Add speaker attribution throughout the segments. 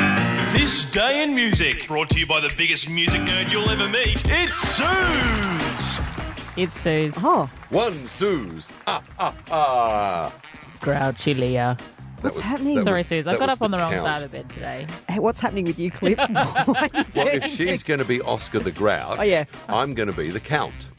Speaker 1: This Day in Music, brought to you by the biggest music nerd you'll ever meet. It's Suze!
Speaker 2: It's Suze.
Speaker 3: Oh,
Speaker 4: One Suze. Ah, ah, ah.
Speaker 2: Grouchy Leo.
Speaker 3: what's
Speaker 4: was-
Speaker 3: happening?
Speaker 4: that
Speaker 2: Sorry,
Speaker 4: was-
Speaker 2: Suze. I
Speaker 4: that
Speaker 2: got
Speaker 4: was
Speaker 2: up on the, wrong
Speaker 4: count.
Speaker 2: side of bed today.
Speaker 3: Hey, what's happening with you, Cliff?
Speaker 4: Well, if she's going to be Oscar the Grouch,
Speaker 3: Oh, yeah.
Speaker 4: I'm going to be the Count.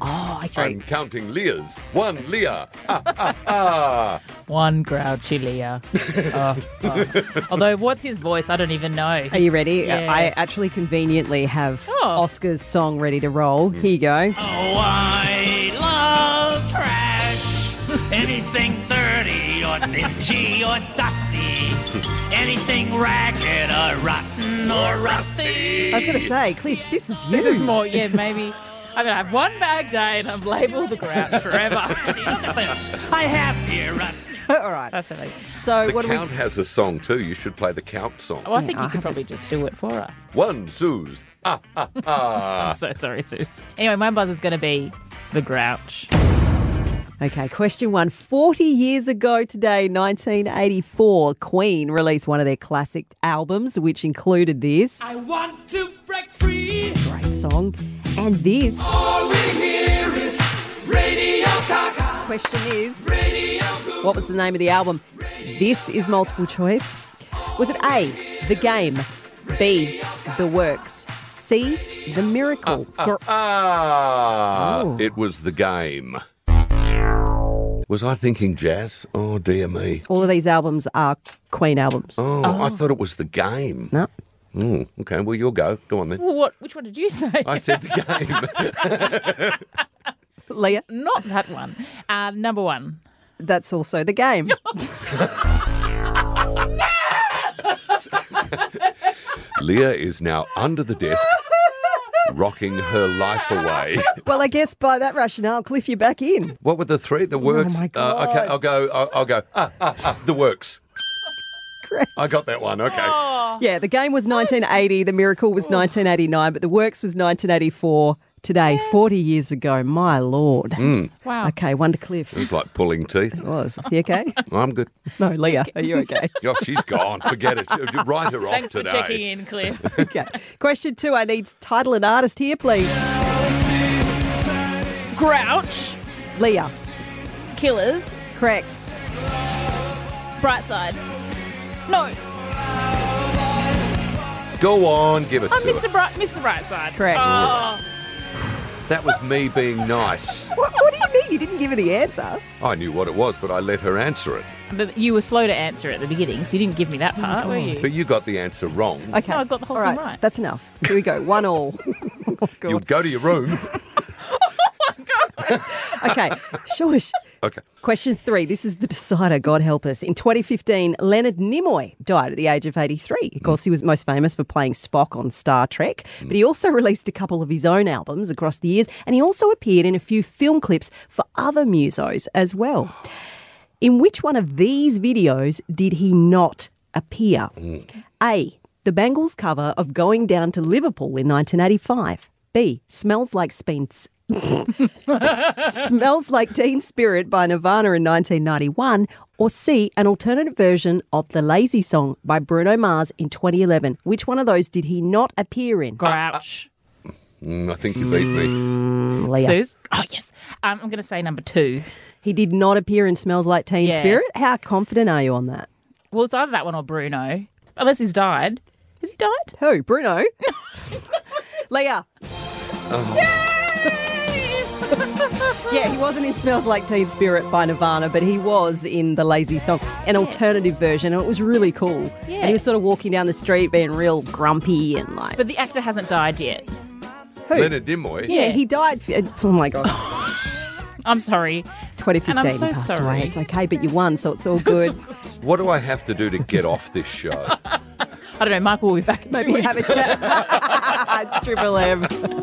Speaker 3: oh, okay.
Speaker 4: I'm
Speaker 2: um,
Speaker 4: counting Leahs. One Leah. Ah, ah, ah.
Speaker 2: One grouchy Leo. Oh, oh. Although, what's his voice? I don't even know.
Speaker 3: Are you ready?
Speaker 2: Yeah.
Speaker 3: I actually conveniently have
Speaker 2: Oh. Mm.
Speaker 3: Oscar's song ready to roll. Here you go.
Speaker 5: Oh, I love trash. Anything dirty or dingy or dusty. Anything ragged or rotten or rusty.
Speaker 3: I was going to say, Cliff, this is you.
Speaker 2: This is more, yeah, maybe. I'm going to have one bad day and I'm labeled the grouch
Speaker 5: Look
Speaker 2: forever.
Speaker 5: at this. I have here a
Speaker 3: All right.
Speaker 2: That's amazing.
Speaker 3: So,
Speaker 4: The
Speaker 3: what do we
Speaker 4: Count has a song too. You should play the Count song.
Speaker 2: Well, I think you could probably just do it for us.
Speaker 4: One Suze. Ah, ah, ah.
Speaker 2: I'm so sorry, Suze. Anyway, my buzz is going to be the grouch.
Speaker 3: Okay, question one. 40 years ago today, 1984, Queen released one of their classic albums, which included this. I want to break free. Great song. And this. All we hear is Radio Gaga. Question is What was the name of the album? This is multiple choice. Was it A, The Game, B, The Works, C, The Miracle? Gr-
Speaker 4: Ah,
Speaker 3: Oh.
Speaker 4: it was the game. Was I thinking jazz? Oh, dear me.
Speaker 3: All of these albums are Queen albums.
Speaker 4: Oh, I thought it was the game.
Speaker 3: No.
Speaker 4: Mm, okay, well, you'll go. Go on then.
Speaker 2: Well, what? Which one did you say?
Speaker 4: I said the game.
Speaker 3: Leah?
Speaker 2: Not that one. Uh, number one.
Speaker 3: That's also the game.
Speaker 4: Leah is now under the desk, rocking her life away.
Speaker 3: well, I guess by that rationale, Cliff, you're back in.
Speaker 4: What were the three? The works.
Speaker 3: Oh my
Speaker 4: Uh, okay, I'll go. I'll, I'll go. Ah, ah, ah, the works.
Speaker 3: Correct.
Speaker 4: I got that one. Okay.
Speaker 2: Oh.
Speaker 3: Yeah, the game was 1980, the miracle was 1989, but the works was 1984. Today, 40 years ago, my lord.
Speaker 2: Wow.
Speaker 3: Okay, one to Cliff.
Speaker 4: It's like pulling teeth.
Speaker 3: Was you okay?
Speaker 4: I'm good.
Speaker 3: No, Leah, are you okay?
Speaker 4: Oh, she's gone. Forget it. You- you Write her off
Speaker 2: Thanks for
Speaker 4: today.
Speaker 2: checking in, Claire.
Speaker 3: Okay. Question two. I need title and artist here, please.
Speaker 2: Grouch,
Speaker 3: Leah,
Speaker 2: Killers,
Speaker 3: correct.
Speaker 2: Brightside. No, oh,
Speaker 4: Go on, give it
Speaker 2: I'm
Speaker 4: to
Speaker 2: Mr.
Speaker 4: her.
Speaker 2: Bright, Mr. Brightside.
Speaker 3: Correct.
Speaker 2: Oh,
Speaker 4: That was me being nice.
Speaker 3: What, what do you mean you didn't give her the answer?
Speaker 4: I knew what it was, but I let her answer it.
Speaker 2: but you were slow to answer at the beginning, so you didn't give me that part, were you?
Speaker 4: But you got the answer wrong.
Speaker 3: Okay.
Speaker 2: No, I got the whole
Speaker 3: All
Speaker 2: thing
Speaker 3: right,
Speaker 2: right.
Speaker 3: That's enough. Here we go. One all. Oh, God.
Speaker 4: You'd go to your room.
Speaker 3: Okay. Shush.
Speaker 4: Okay.
Speaker 3: Question three. This is the decider, God help us. In 2015, Leonard Nimoy died at the age of 83. Of course, he was most famous for playing Spock on Star Trek, but he also released a couple of his own albums across the years, and he also appeared in a few film clips for other musos as well. In which one of these videos did he not appear? A. The Bangles cover of Going Down to Liverpool in 1985. B. Smells Like Spence. Smells Like Teen Spirit by Nirvana in 1991, or C, an alternate version of the Lazy Song by Bruno Mars in 2011. Which one of those did he not appear in?
Speaker 2: Grouch.
Speaker 4: Mm, I think you beat me.
Speaker 3: Leah.
Speaker 2: Suze? Oh, yes. Um, I'm going to say number two.
Speaker 3: He did not appear in Smells Like Teen
Speaker 2: Yeah.
Speaker 3: Spirit. How confident are you on that?
Speaker 2: Well, it's either that one or Bruno, unless he's died. Has he died?
Speaker 3: Who? Bruno? Leah.
Speaker 2: Oh.
Speaker 3: Yeah, he wasn't in Smells Like Teen Spirit by Nirvana, but he was in the Lazy Song, an alternative version, and it was really cool.
Speaker 2: Yeah.
Speaker 3: And he was sort of walking down the street being real grumpy and like.
Speaker 2: But the actor hasn't died yet.
Speaker 4: Leonard Nimoy.
Speaker 3: Yeah, he died. Oh my god,
Speaker 2: I'm sorry.
Speaker 3: 2015.
Speaker 2: And I'm so
Speaker 3: he passed
Speaker 2: sorry.
Speaker 3: Away. It's okay, but you won, so it's all good.
Speaker 4: What do I have to do to get off this show?
Speaker 2: I don't know. Michael will be back. in two
Speaker 3: Maybe have a
Speaker 2: weeks.
Speaker 3: chat. it's Triple M.